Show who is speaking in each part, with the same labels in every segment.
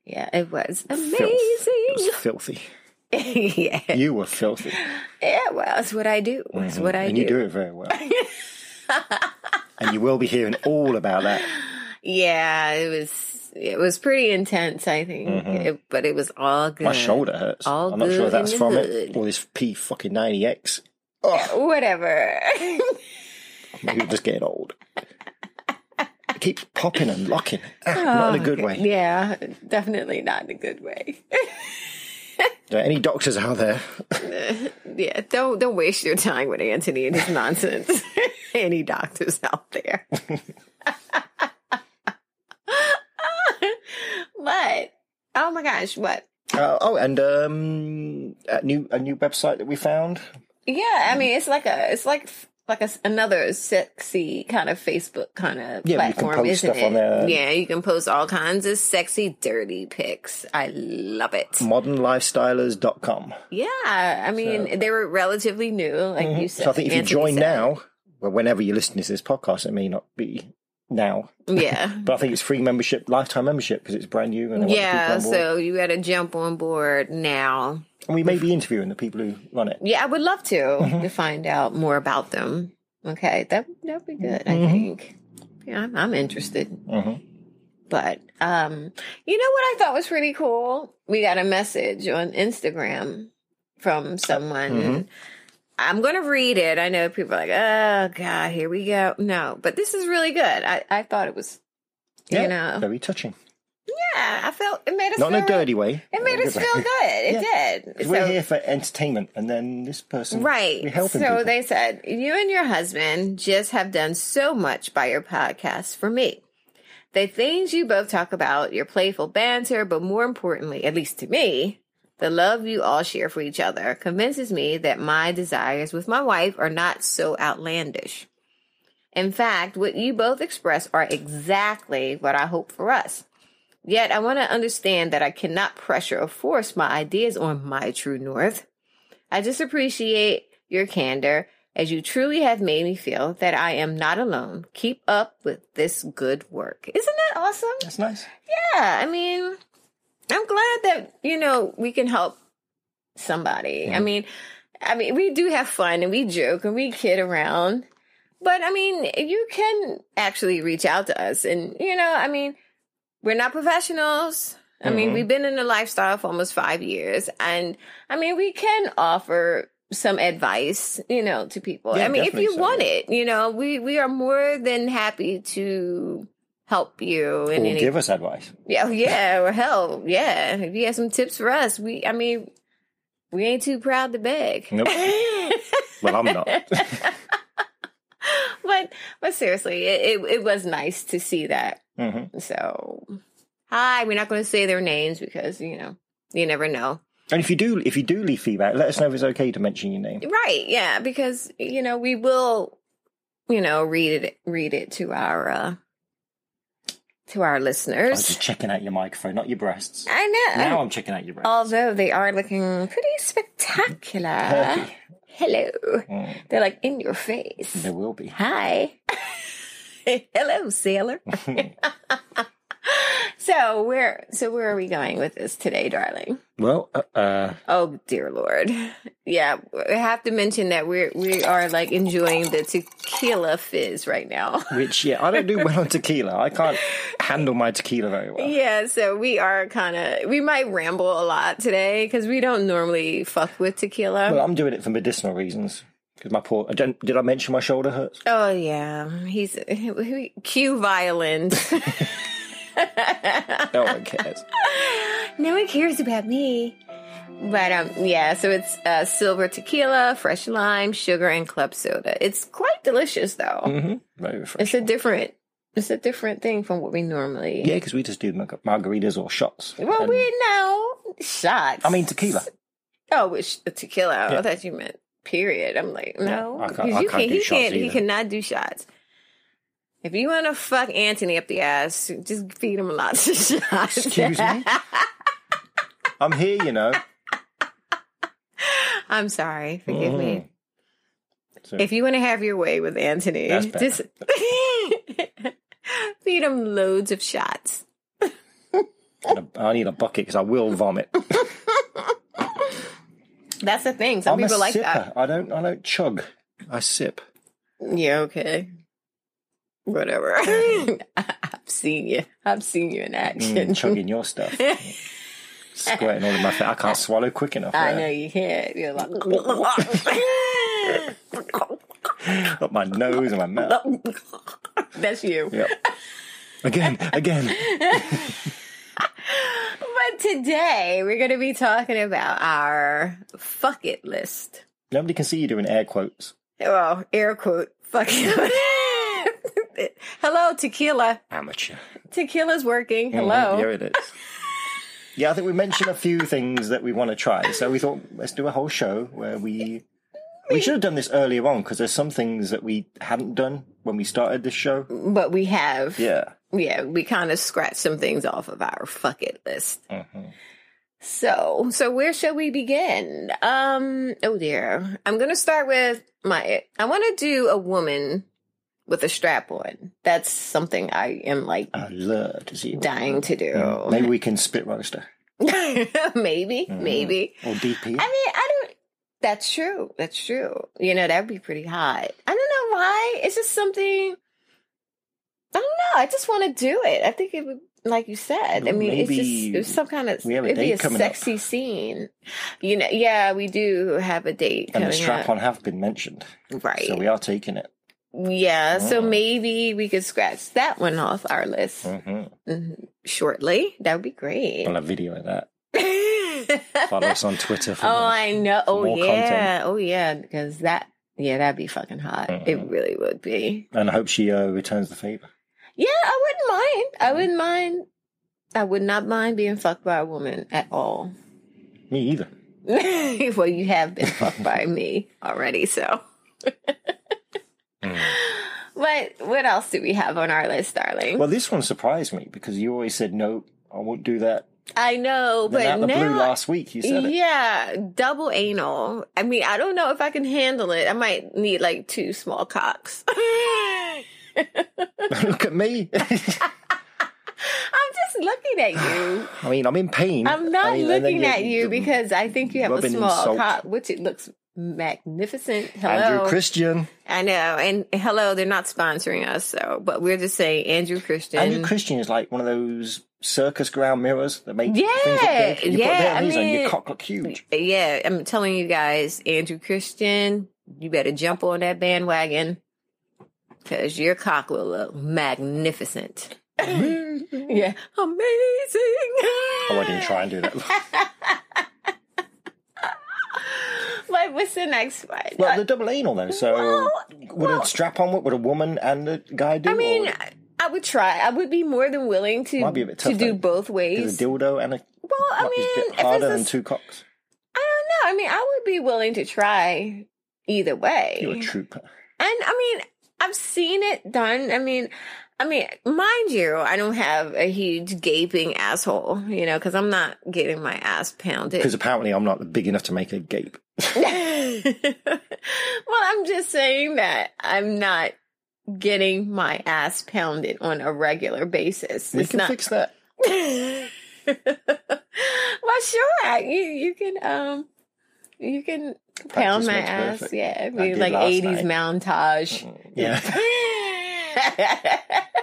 Speaker 1: Yeah, it was
Speaker 2: Mm-hmm. filth. It was
Speaker 1: amazing.
Speaker 2: filthy.
Speaker 1: yeah.
Speaker 2: You were filthy. Mm-hmm.
Speaker 1: yeah, well, it's what I do. It's what I
Speaker 2: and
Speaker 1: do.
Speaker 2: you do it very well. and you will be hearing all about that.
Speaker 1: Yeah, it was it was pretty intense. I think, It- but it was all good.
Speaker 2: Mm-hmm. My shoulder hurts.
Speaker 1: All
Speaker 2: I'm not sure
Speaker 1: good
Speaker 2: if that's
Speaker 1: in the
Speaker 2: from
Speaker 1: hood.
Speaker 2: it. All this P fucking 90X. Oh,
Speaker 1: Whatever.
Speaker 2: you're just getting old. It keeps popping and locking. Ah, Not in
Speaker 1: Oh,
Speaker 2: a good way.
Speaker 1: yeah, definitely not in a good way.
Speaker 2: There are any doctors out there?
Speaker 1: Yeah, don't don't waste your time with Anthony and his nonsense. Any doctors out there? but oh my gosh, what?
Speaker 2: Uh, oh, and um, a new a new website that we found.
Speaker 1: Yeah, I mean, it's like a it's like like a, another sexy kind of Facebook kind of
Speaker 2: Yeah, you can
Speaker 1: platform,
Speaker 2: post
Speaker 1: isn't
Speaker 2: stuff
Speaker 1: it?
Speaker 2: on there.
Speaker 1: Yeah, you can post all kinds of sexy, dirty pics. I love it.
Speaker 2: Mm. Modernlifestylers.com.
Speaker 1: Yeah, I mean, they were relatively new, like you said.
Speaker 2: Mm-hmm. Mhm. So I think if you
Speaker 1: Anthony
Speaker 2: join
Speaker 1: said.
Speaker 2: now, well, whenever you're listening to this podcast, it may not be now,
Speaker 1: yeah.
Speaker 2: but I think it's free membership, lifetime membership, because it's brand new. And I want the people
Speaker 1: Yeah,
Speaker 2: on board.
Speaker 1: so you got to jump on board now.
Speaker 2: and we may be interviewing the people who run it.
Speaker 1: Yeah, I would love to
Speaker 2: Mm-hmm.
Speaker 1: to find out more about them. Okay, that that'd be good. I think. Yeah, I'm, I'm interested.
Speaker 2: Mm-hmm.
Speaker 1: But um, you know what I thought was pretty cool? We got a message on Instagram from someone.
Speaker 2: Mm-hmm.
Speaker 1: I'm going to read it. I know people are like, oh, God, here we go. No, but this is really good. I, I thought it was, you know,
Speaker 2: very touching.
Speaker 1: yeah, I felt it made us
Speaker 2: Not
Speaker 1: feel
Speaker 2: in a dirty way.
Speaker 1: It made
Speaker 2: in a
Speaker 1: us
Speaker 2: good way.
Speaker 1: feel good. It did.
Speaker 2: 'Cause We're
Speaker 1: So-
Speaker 2: here for entertainment, and then this person,
Speaker 1: Right.
Speaker 2: We're helping
Speaker 1: so
Speaker 2: people.
Speaker 1: they said, You and your husband just have done so much by your podcast for me. The things you both talk about, your playful banter, but more importantly, at least to me, the love you all share for each other convinces me that my desires with my wife are not so outlandish. In fact, what you both express are exactly what I hope for us. Yet I want to understand that I cannot pressure or force my ideas on my true north. I just appreciate your candor as you truly have made me feel that I am not alone. Keep up with this good work. Isn't that awesome?
Speaker 2: That's nice.
Speaker 1: Yeah, I mean, I'm glad that, you know, we can help somebody.
Speaker 2: Mm-hmm.
Speaker 1: I mean, I mean, we do have fun and we joke and we kid around. But I mean, you can actually reach out to us and, you know, I mean, we're not professionals. I mean,
Speaker 2: Mhm.
Speaker 1: we've been in the lifestyle for almost 5 years and I mean, we can offer some advice, you know, to people.
Speaker 2: Yeah,
Speaker 1: I mean, if
Speaker 2: definitely
Speaker 1: you
Speaker 2: so.
Speaker 1: want it, you know, we we are more than happy to help you in
Speaker 2: Or
Speaker 1: any
Speaker 2: give us advice.
Speaker 1: yeah, oh, yeah, or hell, yeah. If you have some tips for us, we, I mean, we ain't too proud to beg.
Speaker 2: Nope. Well, I'm not.
Speaker 1: but, but seriously, it, it, it was nice to see that.
Speaker 2: hmm
Speaker 1: So, hi, we're not going to say their names because, you know, you never know.
Speaker 2: And if you do, if you do leave feedback, let us know if it's okay to mention your name.
Speaker 1: Right. Yeah. Because, you know, we will, you know, read it, read it to our, uh, to our
Speaker 2: I
Speaker 1: listeners.
Speaker 2: was just checking out your microphone, not your breasts.
Speaker 1: I know.
Speaker 2: Now I'm checking out your breasts.
Speaker 1: Although they are looking pretty spectacular.
Speaker 2: Perky.
Speaker 1: Hello.
Speaker 2: Mm,
Speaker 1: They're like in your face.
Speaker 2: there will be.
Speaker 1: Hi. Hello, sailor. So where so where are we going with this today, darling?
Speaker 2: Well, uh, uh,
Speaker 1: Oh dear lord. Yeah, I have to mention that we're we are like enjoying the tequila fizz right now.
Speaker 2: which yeah, I don't do well on tequila. I can't handle my tequila very well.
Speaker 1: Yeah, so we are kind of we might ramble a lot today because we don't normally fuck with tequila.
Speaker 2: Well, I'm doing it for medicinal reasons because my poor. I don't- Did I mention my shoulder hurts?
Speaker 1: oh yeah, he's cue violin.
Speaker 2: No one Oh, cares.
Speaker 1: no one cares about me. But um, yeah, so it's uh, silver tequila, fresh lime, sugar, and club soda. It's quite delicious though.
Speaker 2: hmm Very refreshing.
Speaker 1: It's a different, it's a different thing from what we normally.
Speaker 2: Yeah, because we just do marg- margaritas or shots.
Speaker 1: Well,
Speaker 2: And-
Speaker 1: we know shots.
Speaker 2: I mean tequila.
Speaker 1: Oh, which the tequila.
Speaker 2: Yeah.
Speaker 1: I thought you meant period. I'm like, no,
Speaker 2: I can't-
Speaker 1: 'cause
Speaker 2: I
Speaker 1: you
Speaker 2: can't do
Speaker 1: he
Speaker 2: shots
Speaker 1: can't. He
Speaker 2: either.
Speaker 1: cannot do shots. If you want to fuck Anthony up the ass, just feed him lots of shots.
Speaker 2: Excuse me? I'm here, you know.
Speaker 1: I'm sorry. Forgive me.
Speaker 2: Mm. So-
Speaker 1: If you want to have your way with Anthony,
Speaker 2: That's better.
Speaker 1: just feed him loads of shots.
Speaker 2: And a- I need a bucket because I will vomit.
Speaker 1: That's the thing. Some
Speaker 2: I'm a
Speaker 1: people like
Speaker 2: sipper.
Speaker 1: that.
Speaker 2: I don't. I don't chug. I sip.
Speaker 1: Yeah, okay. Whatever. I've seen you. I've seen you in action.
Speaker 2: Mm, chugging your stuff. Squirting all in my face. I can't swallow quick enough.
Speaker 1: I
Speaker 2: there.
Speaker 1: know you can't. You're like,
Speaker 2: Up my nose and my mouth.
Speaker 1: that's you.
Speaker 2: Yep. Again, again.
Speaker 1: But today we're going to be talking about our fuck it list.
Speaker 2: Nobody can see you doing air quotes.
Speaker 1: Well, air quote, fuck it. Hello, tequila.
Speaker 2: Amateur.
Speaker 1: Tequila's working.
Speaker 2: Mhm, Here
Speaker 1: Hello.
Speaker 2: it is. Yeah, I think we mentioned a few things that we want to try. So we thought let's do a whole show where we we should have done this earlier on because there's some things that we hadn't done when we started this show.
Speaker 1: But we have.
Speaker 2: Yeah.
Speaker 1: yeah, we kind of scratched some things off of our fuck it list.
Speaker 2: Mm-hmm.
Speaker 1: So, so where shall we begin? Um, oh dear, I'm gonna start with my. I want to do a woman with a strap on. That's something I am like
Speaker 2: I love to see.
Speaker 1: dying to do.
Speaker 2: Mm. Maybe we can spit roaster
Speaker 1: maybe, maybe.
Speaker 2: or DP.
Speaker 1: I mean, I don't. That's true. That's true. You know, that'd be pretty hot. I don't know why. It's just something. I don't know. I just want to do it. I think it would, like you said. I mean, it's
Speaker 2: Maybe
Speaker 1: just it's some kind of.
Speaker 2: we have a
Speaker 1: it'd be
Speaker 2: date
Speaker 1: a
Speaker 2: coming up.
Speaker 1: sexy scene. You know, yeah, we do have a date
Speaker 2: And
Speaker 1: coming
Speaker 2: the strap
Speaker 1: up.
Speaker 2: on have been mentioned,
Speaker 1: right?
Speaker 2: so we are taking it.
Speaker 1: yeah, so
Speaker 2: Mm.
Speaker 1: maybe we could scratch that one off our list
Speaker 2: hmm
Speaker 1: Mhm. shortly. That would be great.
Speaker 2: We'll have video of that. Follow us on Twitter. For
Speaker 1: Oh, I know. Oh,
Speaker 2: more
Speaker 1: yeah.
Speaker 2: content.
Speaker 1: Oh, yeah. Because that, yeah, that'd be fucking hot. It
Speaker 2: Mhm.
Speaker 1: really would be.
Speaker 2: and I hope she uh, returns the favor.
Speaker 1: Yeah, I wouldn't mind.
Speaker 2: Mm-hmm.
Speaker 1: I wouldn't mind. I would not mind being fucked by a woman at all.
Speaker 2: Me either.
Speaker 1: well, you have been fucked by me already, so. Mm. But what else do we have on our list, darling?
Speaker 2: Well, this one surprised me because you always said no, I won't do that.
Speaker 1: I know,
Speaker 2: Then
Speaker 1: but
Speaker 2: out of the blue
Speaker 1: now
Speaker 2: last week, you said it.
Speaker 1: Yeah, double anal. I mean, I don't know if I can handle it. I might need like two small cocks. I'm
Speaker 2: Look at me.
Speaker 1: just looking at you.
Speaker 2: I mean, I'm in pain.
Speaker 1: I'm not
Speaker 2: I mean, and then
Speaker 1: looking at you
Speaker 2: the-
Speaker 1: because I think you have a
Speaker 2: rubbing in
Speaker 1: small
Speaker 2: salt.
Speaker 1: cock, which it looks magnificent. Hello.
Speaker 2: Andrew Christian.
Speaker 1: I know. And hello, they're not sponsoring us, so but we're just saying Andrew Christian.
Speaker 2: Andrew Christian is like one of those circus ground mirrors that make
Speaker 1: Yeah,
Speaker 2: things look big.
Speaker 1: yeah,
Speaker 2: You put it there
Speaker 1: I
Speaker 2: and these and
Speaker 1: mean-
Speaker 2: your cock look huge.
Speaker 1: yeah, I'm telling you guys, Andrew Christian, you better jump on that bandwagon because your cock will look magnificent. yeah, amazing.
Speaker 2: Oh, I didn't try and do that.
Speaker 1: Like, what's the next one? Uh,
Speaker 2: Well, the double anal though. So,
Speaker 1: Well,
Speaker 2: would
Speaker 1: well-
Speaker 2: a strap on? What would a woman and a guy do?
Speaker 1: I mean,
Speaker 2: or
Speaker 1: I- I would try. I would be more than willing to
Speaker 2: Might be a bit tough,
Speaker 1: to do
Speaker 2: though.
Speaker 1: both
Speaker 2: is
Speaker 1: ways.
Speaker 2: a dildo and a
Speaker 1: well, I
Speaker 2: cock is a
Speaker 1: mean,
Speaker 2: bit
Speaker 1: if
Speaker 2: harder than
Speaker 1: it's a,
Speaker 2: two cocks?
Speaker 1: I don't know. I mean, I would be willing to try either way.
Speaker 2: You're a trooper.
Speaker 1: And I mean, I've seen it done. I mean, I mean, mind you, I don't have a huge gaping asshole, you know, because I'm not getting my ass
Speaker 2: Because
Speaker 1: pounded.
Speaker 2: apparently, I'm not big enough to make a gape.
Speaker 1: well, I'm just saying that I'm not getting my ass pounded on a regular basis.
Speaker 2: We
Speaker 1: it's
Speaker 2: can
Speaker 1: not.
Speaker 2: fix that.
Speaker 1: well, sure. You you can um you can pound
Speaker 2: Practice
Speaker 1: my
Speaker 2: makes
Speaker 1: ass.
Speaker 2: perfect.
Speaker 1: Yeah, it'd
Speaker 2: I
Speaker 1: be
Speaker 2: did
Speaker 1: like
Speaker 2: last
Speaker 1: eighties
Speaker 2: night.
Speaker 1: montage.
Speaker 2: Yeah.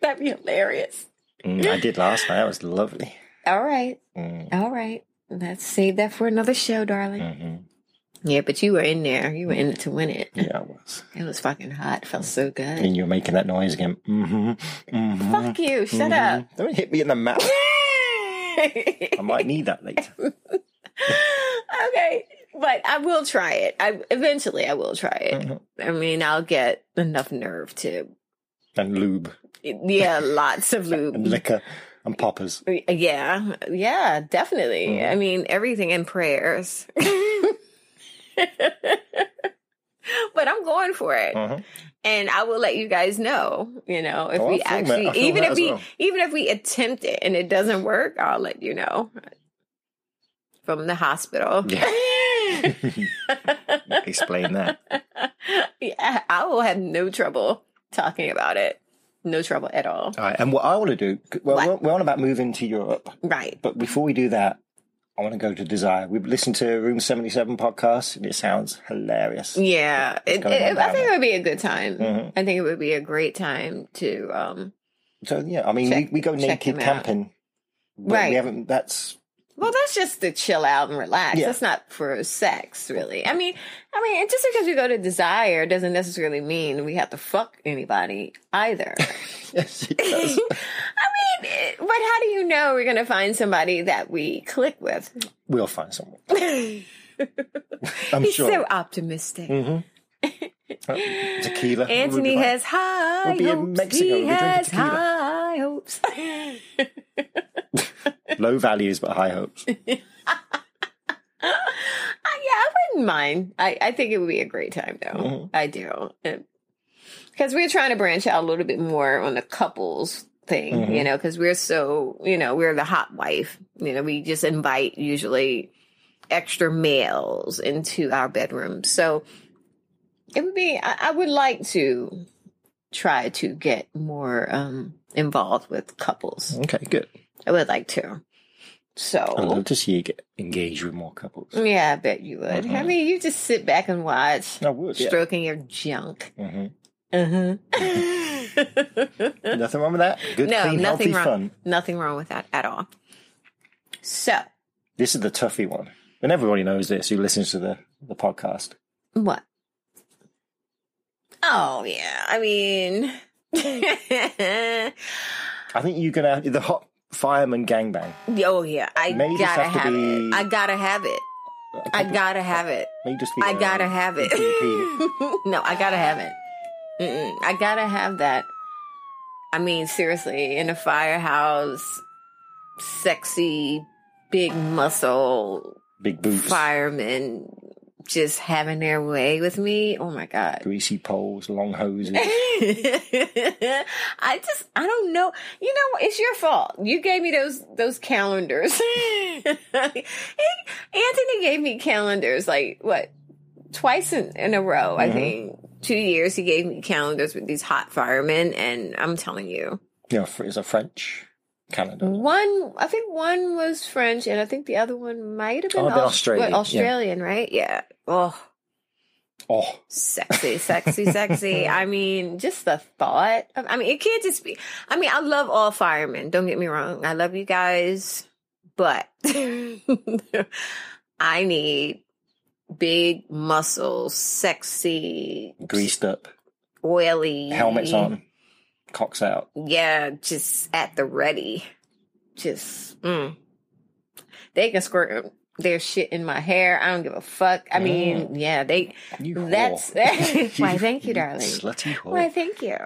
Speaker 1: That'd be hilarious.
Speaker 2: Mm, I did last night. That was lovely.
Speaker 1: All right,
Speaker 2: Mm,
Speaker 1: all right. Let's save that for another show, darling.
Speaker 2: mhm.
Speaker 1: Yeah, but you were in there. You were in it to win it.
Speaker 2: Yeah, it was.
Speaker 1: It was fucking hot. It felt so good.
Speaker 2: And you're making that noise again. hmm hmm
Speaker 1: Fuck you. Shut up.
Speaker 2: Don't hit me in the mouth. I might need that later.
Speaker 1: okay, but I will try it. I eventually I will try it.
Speaker 2: Mhm.
Speaker 1: I mean, I'll get enough nerve to
Speaker 2: And lube
Speaker 1: yeah, lots of
Speaker 2: and
Speaker 1: lube.
Speaker 2: liquor and poppers.
Speaker 1: Yeah, yeah, definitely.
Speaker 2: uh-huh.
Speaker 1: I mean, everything in prayers. but I'm going for it.
Speaker 2: Mhm.
Speaker 1: and I will let you guys know. You know, if
Speaker 2: Oh,
Speaker 1: we
Speaker 2: I feel that-
Speaker 1: actually,
Speaker 2: I feel
Speaker 1: even
Speaker 2: that
Speaker 1: if
Speaker 2: as
Speaker 1: we,
Speaker 2: well.
Speaker 1: even if we attempt it and it doesn't work, I'll let you know from the hospital.
Speaker 2: Yeah. Explain that.
Speaker 1: yeah, I will have no trouble talking about it. No trouble at all.
Speaker 2: All right. And what I want to do, well,
Speaker 1: What?
Speaker 2: we're- we're on about moving to Europe.
Speaker 1: Right.
Speaker 2: But before we do that, I want to go to Desire. We've listened to Room 77 podcast, and it sounds hilarious.
Speaker 1: Mm. Yeah. It,
Speaker 2: gotta
Speaker 1: it- I
Speaker 2: go down
Speaker 1: think it
Speaker 2: there.
Speaker 1: would be a good time.
Speaker 2: Mhm.
Speaker 1: I think it would be a great time to, um,
Speaker 2: So, yeah, I mean,
Speaker 1: Check-
Speaker 2: we, we go
Speaker 1: check
Speaker 2: naked
Speaker 1: him out.
Speaker 2: camping. but
Speaker 1: Right.
Speaker 2: We haven't, that's,
Speaker 1: well, that's just to chill out and relax.
Speaker 2: Yeah.
Speaker 1: That's not for sex, really. I mean, I mean, and just because we go to desire doesn't necessarily mean we have to fuck anybody either.
Speaker 2: yes, it
Speaker 1: I
Speaker 2: does.
Speaker 1: mean, it- but how do you know we're going to find somebody that we click with?
Speaker 2: we'll find someone.
Speaker 1: He's
Speaker 2: I'm sure.
Speaker 1: so optimistic.
Speaker 2: hmm Mm-hmm. tequila.
Speaker 1: Anthony
Speaker 2: We'll be
Speaker 1: has high
Speaker 2: We'll be in
Speaker 1: hopes.
Speaker 2: Mexico.
Speaker 1: He
Speaker 2: We'll be drinking
Speaker 1: has
Speaker 2: tequila.
Speaker 1: high hopes. Uh,
Speaker 2: fine. Low values, but high hopes.
Speaker 1: Uh, yeah, I wouldn't mind. I, I think it would be a great time, though.
Speaker 2: Mm-hmm.
Speaker 1: I do. Because we're trying to branch out a little bit more on the couples thing,
Speaker 2: Mm-hmm.
Speaker 1: you know, because we're so, you know, we're the hot wife. You know, we just invite usually extra males into our bedroom. So it would be, I, I would like to try to get more um involved with couples.
Speaker 2: Okay, good.
Speaker 1: I would like to. So
Speaker 2: I'd love to see you get engaged with more couples.
Speaker 1: yeah, I bet you would. I mean, you just sit back and watch,
Speaker 2: I would. Uh-huh. Oh, Yeah.
Speaker 1: stroking your junk.
Speaker 2: Mhm.
Speaker 1: Uh-huh.
Speaker 2: Nothing wrong with that. Good,
Speaker 1: no,
Speaker 2: clean,
Speaker 1: nothing
Speaker 2: healthy
Speaker 1: wrong.
Speaker 2: fun.
Speaker 1: Nothing wrong with that at all. So,
Speaker 2: This is the toughy one. And everybody knows this who listens to the, the podcast.
Speaker 1: what? Oh yeah, I mean,
Speaker 2: I think you're gonna the hot fireman gangbang.
Speaker 1: oh yeah, I
Speaker 2: May just
Speaker 1: gotta
Speaker 2: have to
Speaker 1: have it.
Speaker 2: be-
Speaker 1: I gotta have it. I gotta have it.
Speaker 2: May just be
Speaker 1: I
Speaker 2: a
Speaker 1: gotta have it.
Speaker 2: DP.
Speaker 1: no, I gotta have it. Mm-mm. I gotta have that. I mean, seriously, in a firehouse, sexy, big muscle
Speaker 2: big boots,
Speaker 1: firemen just having their way with me. Oh my God.
Speaker 2: greasy poles, long hoses.
Speaker 1: I just I don't know. You know what? It's your fault. You gave me those those calendars. Anthony gave me calendars like what twice in, in a row. I
Speaker 2: Mhm.
Speaker 1: think two years he gave me calendars with these hot firemen, and I'm telling you,
Speaker 2: you know, fr- it's a French calendar.
Speaker 1: Mm. one I think one was French, and I think the other one might have been
Speaker 2: Oh, the
Speaker 1: Aus-
Speaker 2: Australian, yeah.
Speaker 1: Australian, right? Yeah. Oh,
Speaker 2: Oh,
Speaker 1: sexy, sexy, sexy. I mean, just the thought of, I mean, it can't just be, I mean, I love all firemen. Don't get me wrong. I love you guys, but I need big muscles, sexy,
Speaker 2: greased up,
Speaker 1: oily
Speaker 2: helmets on, cocks out.
Speaker 1: Yeah, just at the ready. Just, mm. they can squirt their shit in my hair. I don't give a fuck. I mean,
Speaker 2: Mm.
Speaker 1: yeah, they,
Speaker 2: You whore.
Speaker 1: That's- Why, thank you, darling.
Speaker 2: Slutty whore.
Speaker 1: why, thank you.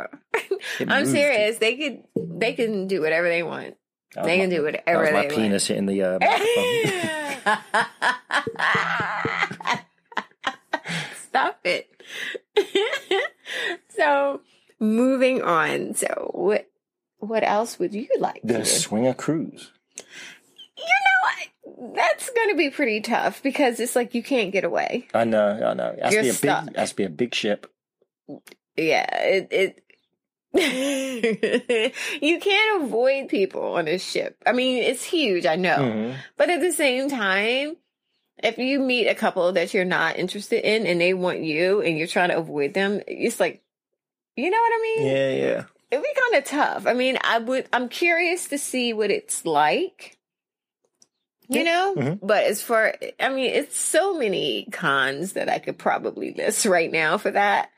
Speaker 2: It
Speaker 1: I'm
Speaker 2: moved.
Speaker 1: serious. They could they can do whatever they want.
Speaker 2: That was
Speaker 1: They
Speaker 2: Oh my-
Speaker 1: can do
Speaker 2: That
Speaker 1: whatever
Speaker 2: was my
Speaker 1: they
Speaker 2: penis hitting the uh, microphone.
Speaker 1: want. Stop it. so moving on. So what what else would you like? to
Speaker 2: the
Speaker 1: do?
Speaker 2: swinger cruise.
Speaker 1: You know, I- that's going to be pretty tough because it's like you can't get away.
Speaker 2: I know, I know. It has
Speaker 1: You're
Speaker 2: to be a
Speaker 1: stuck.
Speaker 2: big, it has to be a big ship.
Speaker 1: Yeah, it it you can't avoid people on a ship. I mean, it's huge, I know.
Speaker 2: Mhm.
Speaker 1: But at the same time, if you meet a couple that you're not interested in and they want you and you're trying to avoid them, it's like, you know what I mean?
Speaker 2: Yeah, yeah.
Speaker 1: It'd be kind of tough. I mean, I would, I'm curious to see what it's like, you know?
Speaker 2: Mhm.
Speaker 1: But as far, I mean, it's so many cons that I could probably list right now for that.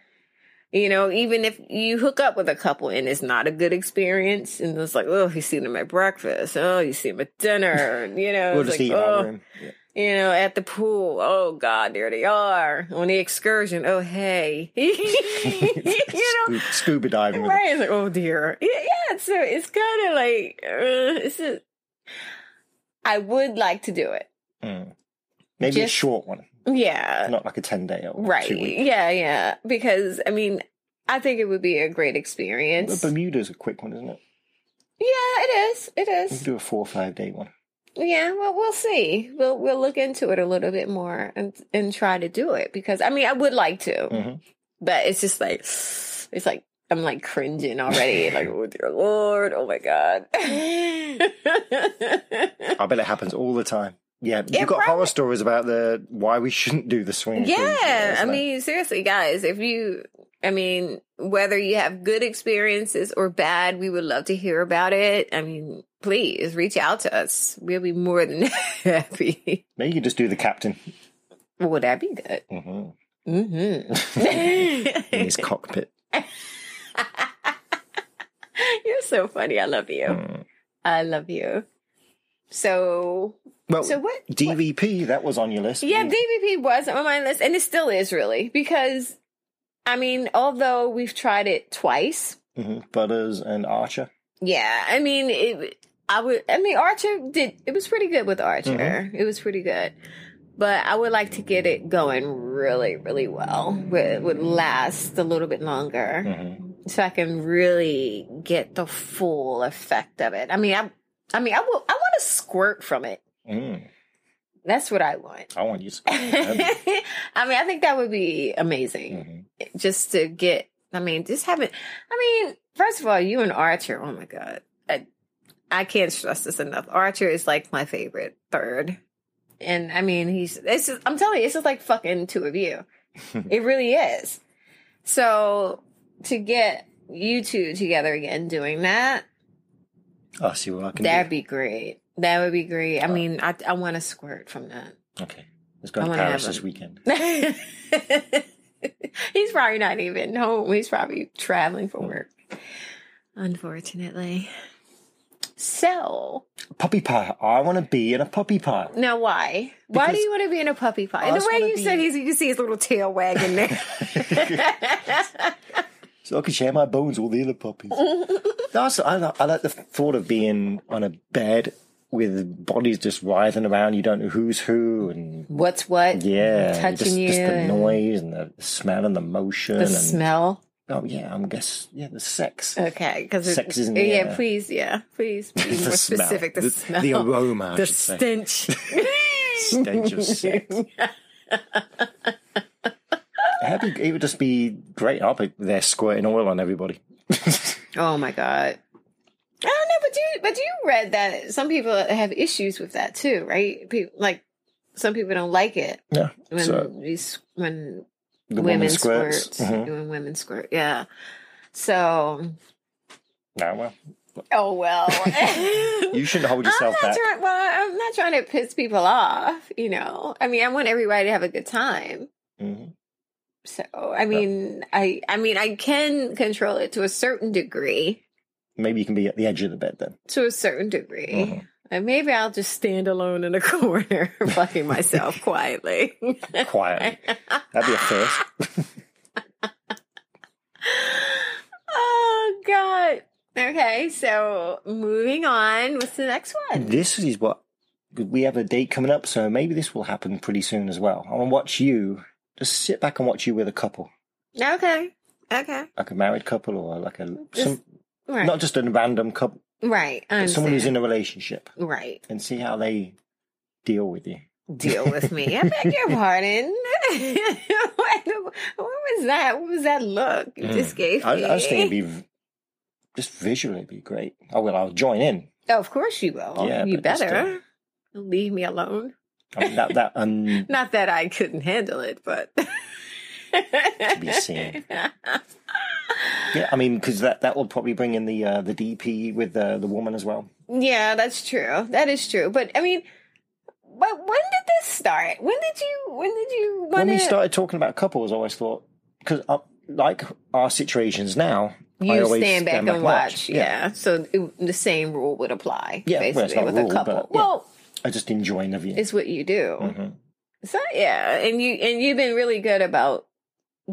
Speaker 1: You know, even if you hook up with a couple and it's not a good experience, and it's like, oh, you see them at breakfast, oh, you see them at dinner, and, you know,
Speaker 2: We'll
Speaker 1: it's like,
Speaker 2: just eat in our
Speaker 1: oh,
Speaker 2: room. Yeah.
Speaker 1: you know, at the pool. Oh God, there they are on the excursion. Oh hey, you know,
Speaker 2: Scuba, scuba diving. With
Speaker 1: right? It's like, oh dear, yeah. yeah so it's kind of like uh, it's. A, I would like to do it.
Speaker 2: it. Mm. Maybe a
Speaker 1: Just-
Speaker 2: short one,
Speaker 1: Yeah,
Speaker 2: not like a ten day or
Speaker 1: right.
Speaker 2: two week.
Speaker 1: Yeah, yeah. Because I mean, I think it would be a great experience.
Speaker 2: But Bermuda's a quick one, isn't it?
Speaker 1: yeah, it is. It
Speaker 2: We could
Speaker 1: is.
Speaker 2: do a four or five day one.
Speaker 1: Yeah, well, we'll see. We'll we'll look into it a little bit more and and try to do it because I mean, I would like to.
Speaker 2: Mhm.
Speaker 1: but it's just like it's like I'm like cringing already. like, oh dear lord, oh my god.
Speaker 2: I bet it happens all the time. Yeah, you've got
Speaker 1: probably-
Speaker 2: horror stories about the why we shouldn't do the swing.
Speaker 1: yeah, I mean, seriously, guys, if you, I mean, whether you have good experiences or bad, we would love to hear about it. I mean, please reach out to us. We'll be more than happy.
Speaker 2: maybe you could just do the captain
Speaker 1: Well, that'd be good.
Speaker 2: hmm in
Speaker 1: Mm-hmm.
Speaker 2: his cockpit.
Speaker 1: You're so funny. I love you.
Speaker 2: Mm.
Speaker 1: I love you. So,
Speaker 2: Well,
Speaker 1: so what?
Speaker 2: DVP that was on your list.
Speaker 1: Yeah,
Speaker 2: You-
Speaker 1: DVP was on my list, and it still is really because, I mean, although we've tried it twice,
Speaker 2: Mhm. Butters and Archer.
Speaker 1: yeah, I mean, it, I would, I mean, Archer did it was pretty good with Archer. It was pretty good, but I would like to get it going really, really well. Where it would last a little bit longer,
Speaker 2: hmm
Speaker 1: so I can really get the full effect of it. I mean, I, I mean, I will, I want to squirt from it.
Speaker 2: Mm.
Speaker 1: That's what I want.
Speaker 2: I want you to.
Speaker 1: I mean, I think that would be amazing.
Speaker 2: Mhm.
Speaker 1: just to get i mean just having i mean first of all you and archer oh my god i, I can't stress this enough archer is like my favorite third and i mean he's it's just, i'm telling you it's just like fucking two of you it really is so to get you two together again doing that
Speaker 2: I'll see what I can
Speaker 1: that'd
Speaker 2: do.
Speaker 1: be great that would be great i mean i, I want to squirt from that
Speaker 2: Okay, let's go
Speaker 1: I
Speaker 2: to
Speaker 1: wanna
Speaker 2: Paris
Speaker 1: have
Speaker 2: this
Speaker 1: a-
Speaker 2: weekend.
Speaker 1: He's probably not even home. He's probably traveling for work. Unfortunately. So
Speaker 2: Puppy pie. I want to be in a puppy pie.
Speaker 1: now why? why do
Speaker 2: Because-
Speaker 1: you want to be in a puppy pie?
Speaker 2: I
Speaker 1: And the
Speaker 2: just
Speaker 1: way
Speaker 2: wanna
Speaker 1: you
Speaker 2: be-
Speaker 1: said he's you can see his little tail wagging there.
Speaker 2: So I can share my bones with the other puppies. That's, I, li- I like the thought of being on a bed with bodies just writhing around. You don't know who's who, and
Speaker 1: What's what?
Speaker 2: yeah,
Speaker 1: Touching
Speaker 2: just, just
Speaker 1: you
Speaker 2: the
Speaker 1: and-
Speaker 2: noise and the smell and the motion.
Speaker 1: The
Speaker 2: and,
Speaker 1: smell.
Speaker 2: Oh yeah, I'm guess yeah, the sex,
Speaker 1: Okay, because
Speaker 2: Sex is in the
Speaker 1: yeah.
Speaker 2: air.
Speaker 1: Please, yeah, please be
Speaker 2: the
Speaker 1: Uh, more
Speaker 2: smell,
Speaker 1: specific. The,
Speaker 2: the,
Speaker 1: smell,
Speaker 2: the aroma, I
Speaker 1: the
Speaker 2: should say.
Speaker 1: stench.
Speaker 2: stench of sex. That'd be- it would just be great. I'll be there squirting oil on everybody.
Speaker 1: Oh my god. I don't know, but you but you read that some people have issues with that too, right? People, like some people don't like it
Speaker 2: Yeah,
Speaker 1: when
Speaker 2: so
Speaker 1: these when
Speaker 2: the
Speaker 1: women
Speaker 2: woman
Speaker 1: squirts,
Speaker 2: squirts. Mhm.
Speaker 1: when women squirt, yeah. So
Speaker 2: Nah, Ah, well,
Speaker 1: oh well. I'm
Speaker 2: you shouldn't hold yourself
Speaker 1: not
Speaker 2: back.
Speaker 1: trying. Well, I'm not trying to piss people off. You know, I mean, I want everybody to have a good time.
Speaker 2: Mhm.
Speaker 1: So, I mean, I I mean, I can control it to a certain degree.
Speaker 2: maybe you can be at the edge of the bed then.
Speaker 1: to a certain degree.
Speaker 2: Mhm.
Speaker 1: And maybe I'll just stand alone in a corner, fucking myself quietly.
Speaker 2: Quietly. That'd be a first.
Speaker 1: oh God. Okay, so moving on. What's the next one?
Speaker 2: This is what we have a date coming up, so maybe this will happen pretty soon as well. I want to watch you. Just sit back and watch you with a couple,
Speaker 1: Okay. Okay.
Speaker 2: like a married couple or like a some,
Speaker 1: Right.
Speaker 2: not just a random couple,
Speaker 1: right. I
Speaker 2: but someone who's
Speaker 1: understand.
Speaker 2: in a relationship,
Speaker 1: right.
Speaker 2: and see how they deal with you.
Speaker 1: Deal with me. I beg your pardon. what, what was that? What was that look you just
Speaker 2: Mm.
Speaker 1: gave
Speaker 2: I,
Speaker 1: me?
Speaker 2: I just think it'd be v- just visually it'd be great. Oh well, I'll join in.
Speaker 1: Oh, of course you will.
Speaker 2: Yeah,
Speaker 1: you
Speaker 2: but just,
Speaker 1: better. Leave me alone.
Speaker 2: I mean, that that um,
Speaker 1: Not that I couldn't handle it, but. to
Speaker 2: be seen. yeah, I mean, because that that will probably bring in the uh, the DP with uh, the the woman as well.
Speaker 1: Yeah, that's true. That is true. But I mean, but when did this start? When did you? When did you want
Speaker 2: When we
Speaker 1: to?
Speaker 2: started talking about couples, I always thought because like our situations now, I
Speaker 1: you
Speaker 2: always
Speaker 1: stand back and, watch. Yeah. So it, the same rule would apply.
Speaker 2: Yeah, well, it's
Speaker 1: basically
Speaker 2: not a
Speaker 1: with
Speaker 2: rule,
Speaker 1: a
Speaker 2: but,
Speaker 1: couple.
Speaker 2: yeah.
Speaker 1: Well,
Speaker 2: I just enjoy the view.
Speaker 1: it's what you do.
Speaker 2: Mhm.
Speaker 1: So yeah, and you and you've been really good about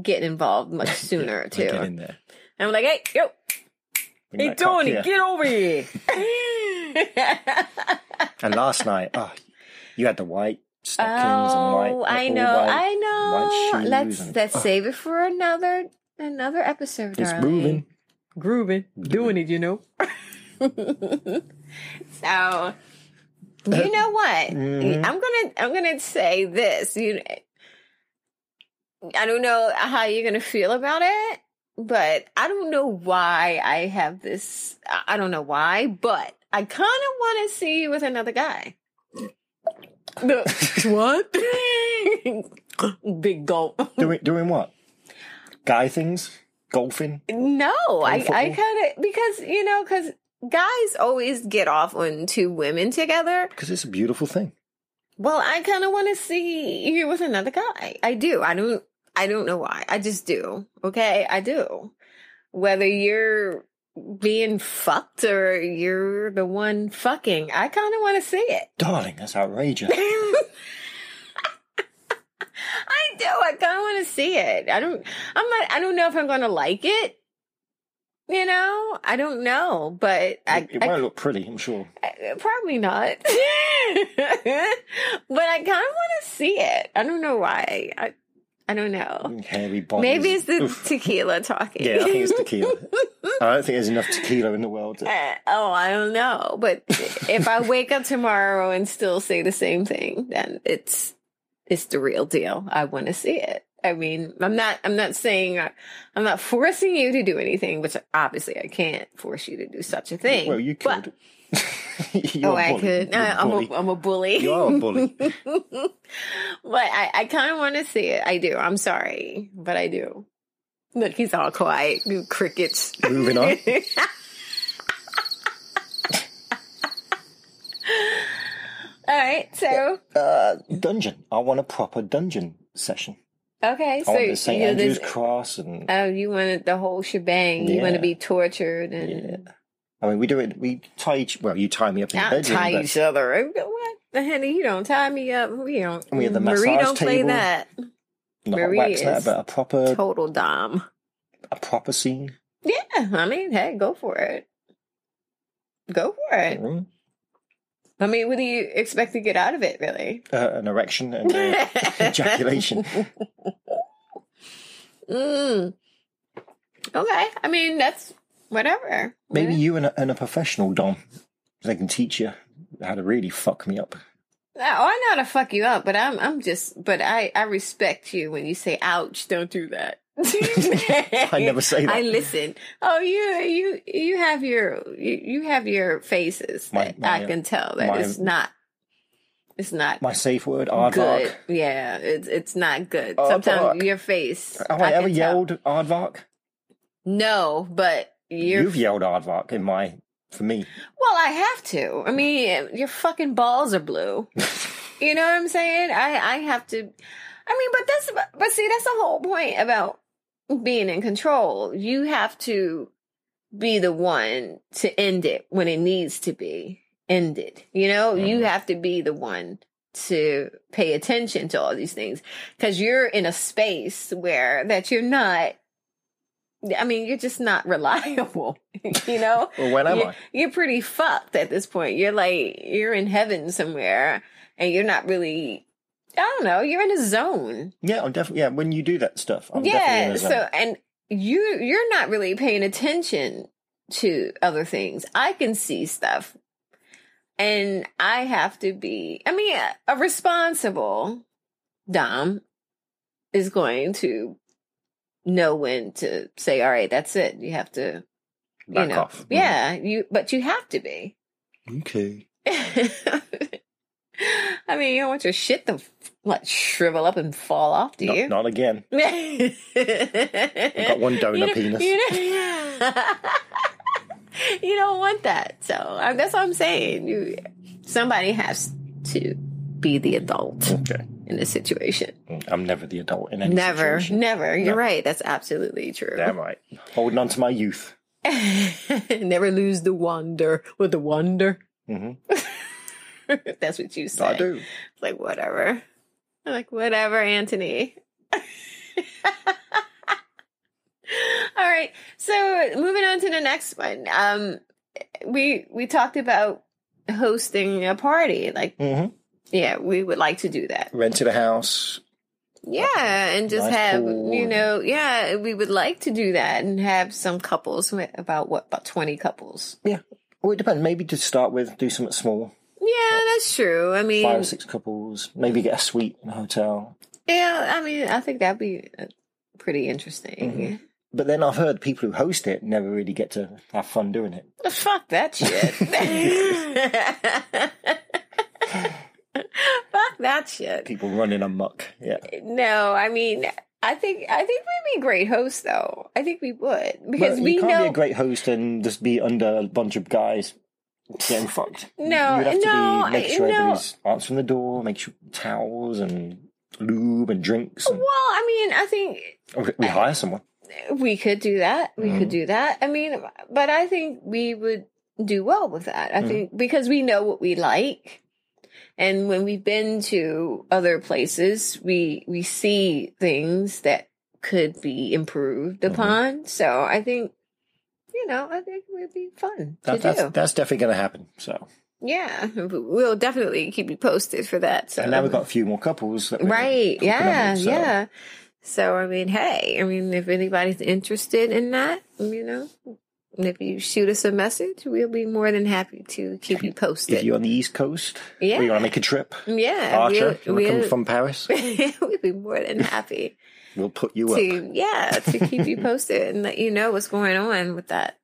Speaker 1: getting involved much sooner
Speaker 2: I
Speaker 1: too.
Speaker 2: get in there.
Speaker 1: I'm like, hey, yo,
Speaker 2: Bring
Speaker 1: hey,
Speaker 2: that cock
Speaker 1: Tony,
Speaker 2: here.
Speaker 1: get over here.
Speaker 2: And last night, oh, you had the white stockings and white.
Speaker 1: oh, I
Speaker 2: all
Speaker 1: know,
Speaker 2: white.
Speaker 1: I know.
Speaker 2: white shoes
Speaker 1: Let's
Speaker 2: and-
Speaker 1: let's save it for another another episode.
Speaker 2: It's
Speaker 1: darling.
Speaker 2: moving.
Speaker 1: grooving, doing it, you know. so, you know what?
Speaker 2: Mhm.
Speaker 1: I'm gonna I'm gonna say this. You, I don't know how you're gonna feel about it, but I don't know why I have this. I I don't know why, but I kind of want to see you with another guy. Look, what? Big gulp.
Speaker 2: Doing doing what? Guy things, golfing.
Speaker 1: No, I, I
Speaker 2: football?
Speaker 1: kind of because you know because guys always get off on two women together.
Speaker 2: Because it's a beautiful thing.
Speaker 1: Well, I kind of want to see you with another guy. I do. I don't. I don't know why. I just do. Okay, I do. Whether you're being fucked or you're the one fucking, I kind of want to see it.
Speaker 2: Darling, that's outrageous.
Speaker 1: I do. I kind of want to see it. I don't. I'm not. I don't know if I'm going to like it. You know. I don't know, but I,
Speaker 2: it it
Speaker 1: I,
Speaker 2: won't look pretty, I'm sure.
Speaker 1: I- probably not. but I kind of want to see it. I don't know why. I I don't know.
Speaker 2: Hairy bodies.
Speaker 1: Maybe it's the
Speaker 2: Oof.
Speaker 1: tequila talking.
Speaker 2: Yeah, I think it's tequila. I don't think there's enough tequila in the world. to-
Speaker 1: Uh, oh, I don't know. But if I wake up tomorrow and still say the same thing, then it's it's the real deal. I want to see it. I mean, I'm not I'm not saying I- I'm not forcing you to do anything, which obviously I can't force you to do such a thing.
Speaker 2: Well, you
Speaker 1: But-
Speaker 2: could. You're
Speaker 1: oh,
Speaker 2: a
Speaker 1: I
Speaker 2: bully.
Speaker 1: could.
Speaker 2: You're
Speaker 1: No, I'm
Speaker 2: bully.
Speaker 1: a I'm a bully.
Speaker 2: You are a bully.
Speaker 1: but I, I kind of want to see it. I do. I'm sorry, but I do. Look, he's all quiet. You crickets.
Speaker 2: Moving on.
Speaker 1: All right, so
Speaker 2: Uh, dungeon. I want a proper dungeon session.
Speaker 1: okay,
Speaker 2: I
Speaker 1: so
Speaker 2: want the St.
Speaker 1: you know,
Speaker 2: Andrew's
Speaker 1: this,
Speaker 2: Cross and
Speaker 1: oh, you wanted the whole shebang. You want to
Speaker 2: Yeah.
Speaker 1: be tortured and
Speaker 2: Yeah. I mean, we do it. We tie each. Well, you tie me up in the
Speaker 1: I'll
Speaker 2: bedroom.
Speaker 1: tie
Speaker 2: but
Speaker 1: each other. What, honey? You don't tie me up. We don't.
Speaker 2: We have the
Speaker 1: Marie
Speaker 2: massage
Speaker 1: don't play
Speaker 2: table. Uh,
Speaker 1: that.
Speaker 2: Not
Speaker 1: Marie
Speaker 2: wax that,
Speaker 1: is
Speaker 2: but a proper,
Speaker 1: Total dom.
Speaker 2: a proper scene.
Speaker 1: Yeah, I mean, hey, go for it. Go for it.
Speaker 2: Mm.
Speaker 1: I mean, what do you expect to get out of it, really?
Speaker 2: Uh, an erection and uh, ejaculation.
Speaker 1: Mm. Okay, I mean, that's whatever.
Speaker 2: Maybe you and a, and a professional dom. They can teach you how to really fuck me up.
Speaker 1: Oh, I know how to fuck you up, but I'm I'm just but I I respect you when you say ouch, don't do that. I
Speaker 2: never say that.
Speaker 1: I listen. Oh, you you you have your you, you have your faces
Speaker 2: My-
Speaker 1: that
Speaker 2: my,
Speaker 1: I
Speaker 2: uh,
Speaker 1: can tell that
Speaker 2: my-
Speaker 1: it's not it's not
Speaker 2: My safe word, aardvark.
Speaker 1: good. Yeah, it's it's not good.
Speaker 2: Oh,
Speaker 1: Sometimes
Speaker 2: fuck.
Speaker 1: your face.
Speaker 2: Have I,
Speaker 1: can
Speaker 2: ever
Speaker 1: tell.
Speaker 2: yelled aardvark?
Speaker 1: No, but you're.
Speaker 2: You've yelled aardvark in my, for me.
Speaker 1: Well, I have to. I mean, your fucking balls are blue. you know what I'm saying? I I have to. I mean, but that's but see, that's the whole point about being in control. You have to be the one to end it when it needs to be ended. You know, you
Speaker 2: Mhm.
Speaker 1: have to be the one to pay attention to all these things because you're in a space where that you're not. I mean, you're just not reliable. you know,
Speaker 2: Well, when am
Speaker 1: you're,
Speaker 2: I?
Speaker 1: you're pretty fucked at this point. You're like you're in heaven somewhere, and you're not really. I don't know. You're in a zone.
Speaker 2: Yeah, I'm definitely. Yeah, when you do that stuff, I'm definitely in
Speaker 1: yeah.
Speaker 2: a zone.
Speaker 1: So and you you're not really paying attention to other things. I can see stuff, and I have to be. I mean, a, a responsible dom is going to know when to say, "All right, that's it. You have to
Speaker 2: Back
Speaker 1: you know,
Speaker 2: off. Mm-hmm.
Speaker 1: yeah, you. But you have to be.
Speaker 2: Okay.
Speaker 1: I mean, you don't want your shit to like shrivel up and fall off, do
Speaker 2: Not,
Speaker 1: you?
Speaker 2: not again. I've got one donor
Speaker 1: you don't-
Speaker 2: penis.
Speaker 1: You don't, You don't want that. So I, that's what I'm saying. You, somebody has to be the adult
Speaker 2: Okay.
Speaker 1: in this situation.
Speaker 2: I'm never the adult in Mm. any
Speaker 1: never,
Speaker 2: situation.
Speaker 1: never. You're
Speaker 2: No.
Speaker 1: right. That's absolutely true.
Speaker 2: Damn right. Holding on to my youth.
Speaker 1: never lose the wonder with the wonder.
Speaker 2: hmm
Speaker 1: that's what you say.
Speaker 2: I do.
Speaker 1: Like whatever. I'm like whatever, Anthony. All right. So moving on to the next one. Um, we we talked about hosting a party. Like,
Speaker 2: hmm
Speaker 1: yeah, we would like to do that.
Speaker 2: Rented a house.
Speaker 1: Yeah, and just
Speaker 2: Nice
Speaker 1: have
Speaker 2: pool.
Speaker 1: you know, yeah, we would like to do that and have some couples. About what? About twenty couples.
Speaker 2: Well, it depends. Maybe to start with, do something small.
Speaker 1: Yeah, that's true. I mean,
Speaker 2: Five or six couples. Maybe get a suite in a hotel.
Speaker 1: yeah, I mean, I think that'd be uh, pretty interesting.
Speaker 2: Mm-hmm. But then I've heard people who host it never really get to have fun doing it.
Speaker 1: Fuck that shit. Fuck that shit.
Speaker 2: People running amok. Yeah.
Speaker 1: No, I mean, I think I think we'd be great hosts, though. I think we would because
Speaker 2: But
Speaker 1: we
Speaker 2: you can't
Speaker 1: know.
Speaker 2: be a great host and just be under a bunch of guys getting fucked.
Speaker 1: No,
Speaker 2: you'd have
Speaker 1: no,
Speaker 2: to be make
Speaker 1: I-
Speaker 2: sure
Speaker 1: no.
Speaker 2: everybody's answering the door, make sure towels and lube and drinks.
Speaker 1: well,
Speaker 2: And,
Speaker 1: I mean, I think
Speaker 2: Okay, we hire someone.
Speaker 1: we could do that. We could
Speaker 2: Mhm.
Speaker 1: do that. I mean, but I think we would do well with that. I
Speaker 2: Mhm.
Speaker 1: think because we know what we like. And when we've been to other places, we we see things that could be improved
Speaker 2: Mhm.
Speaker 1: upon. So I think you know, I think it would be fun to
Speaker 2: That, that's
Speaker 1: do.
Speaker 2: that's definitely going to happen. So,
Speaker 1: Yeah, we'll definitely keep you posted for that. So
Speaker 2: and now we've got a few more couples. That we're
Speaker 1: right
Speaker 2: hooking up
Speaker 1: yeah
Speaker 2: with, so-
Speaker 1: yeah so i mean hey i mean if anybody's interested in that you know and if you shoot us a message we'll be more than happy to keep you
Speaker 2: If
Speaker 1: posted
Speaker 2: you're on the East Coast,
Speaker 1: Yeah.
Speaker 2: or you want to make a trip,
Speaker 1: yeah we'll,
Speaker 2: Archer, you want
Speaker 1: we'll-
Speaker 2: to come from Paris,
Speaker 1: we'd be more than happy
Speaker 2: we'll put you up.
Speaker 1: to yeah to keep you posted and let you know what's going on with that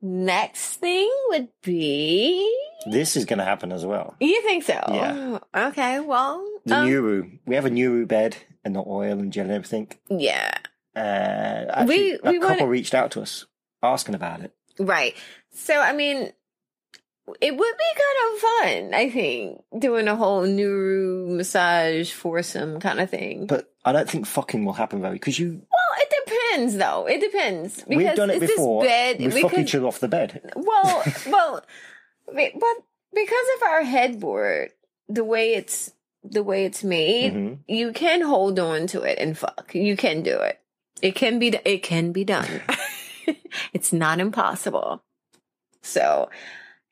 Speaker 1: next thing would be
Speaker 2: This is going to happen as well.
Speaker 1: you think so
Speaker 2: Yeah.
Speaker 1: Oh, okay well
Speaker 2: The
Speaker 1: um,
Speaker 2: Nuru. We have a Nuru bed and the oil and gel and everything.
Speaker 1: yeah
Speaker 2: Uh, actually,
Speaker 1: We-
Speaker 2: a
Speaker 1: we
Speaker 2: couple
Speaker 1: wanna-
Speaker 2: reached out to us asking about it.
Speaker 1: Right. So I mean, it would be kind of fun, I think, doing a whole Nuru massage foursome kind of thing.
Speaker 2: But I don't think fucking will happen, though, because you
Speaker 1: well, it depends, though. It depends because
Speaker 2: we've done it
Speaker 1: it's this
Speaker 2: before.
Speaker 1: bed.
Speaker 2: we fuck each other off the bed.
Speaker 1: well, well, be- but because of our headboard, the way it's the way it's made,
Speaker 2: hmm
Speaker 1: you can hold on to it and fuck. You can do it. It can be. It can be done. it's not impossible. So,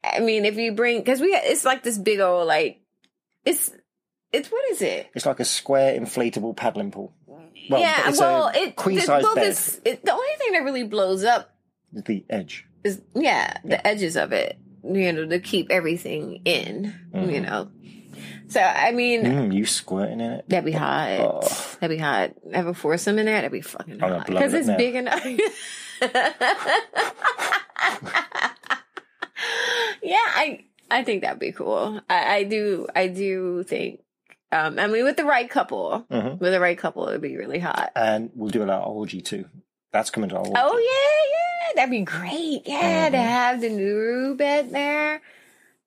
Speaker 1: I mean, if you bring because we, it's like this big old like, it's it's what is it?
Speaker 2: It's like a square inflatable paddling pool. Well,
Speaker 1: yeah,
Speaker 2: it's a
Speaker 1: well, it
Speaker 2: queen-size
Speaker 1: well,
Speaker 2: bed.
Speaker 1: this- it, the only thing that really blows up
Speaker 2: The edge.
Speaker 1: is yeah, the edges of it. You know, to keep everything in. You
Speaker 2: Mhm.
Speaker 1: know, so I mean.
Speaker 2: Mm, you squirting in it.
Speaker 1: That'd be hot.
Speaker 2: Oh.
Speaker 1: That'd be hot. Have a foursome in there. That'd be fucking
Speaker 2: I'm gonna
Speaker 1: hot
Speaker 2: blow
Speaker 1: because
Speaker 2: it
Speaker 1: it's
Speaker 2: now.
Speaker 1: big enough. yeah, I I think that'd be cool. I, I do I do think. Um, I mean, with the right couple,
Speaker 2: hmm
Speaker 1: with the right couple, it'd be really hot.
Speaker 2: And we'll do it at our orgy, too. That's coming to our orgy.
Speaker 1: Oh yeah, yeah, that'd be great. Yeah, to
Speaker 2: Mhm.
Speaker 1: have the new bed there.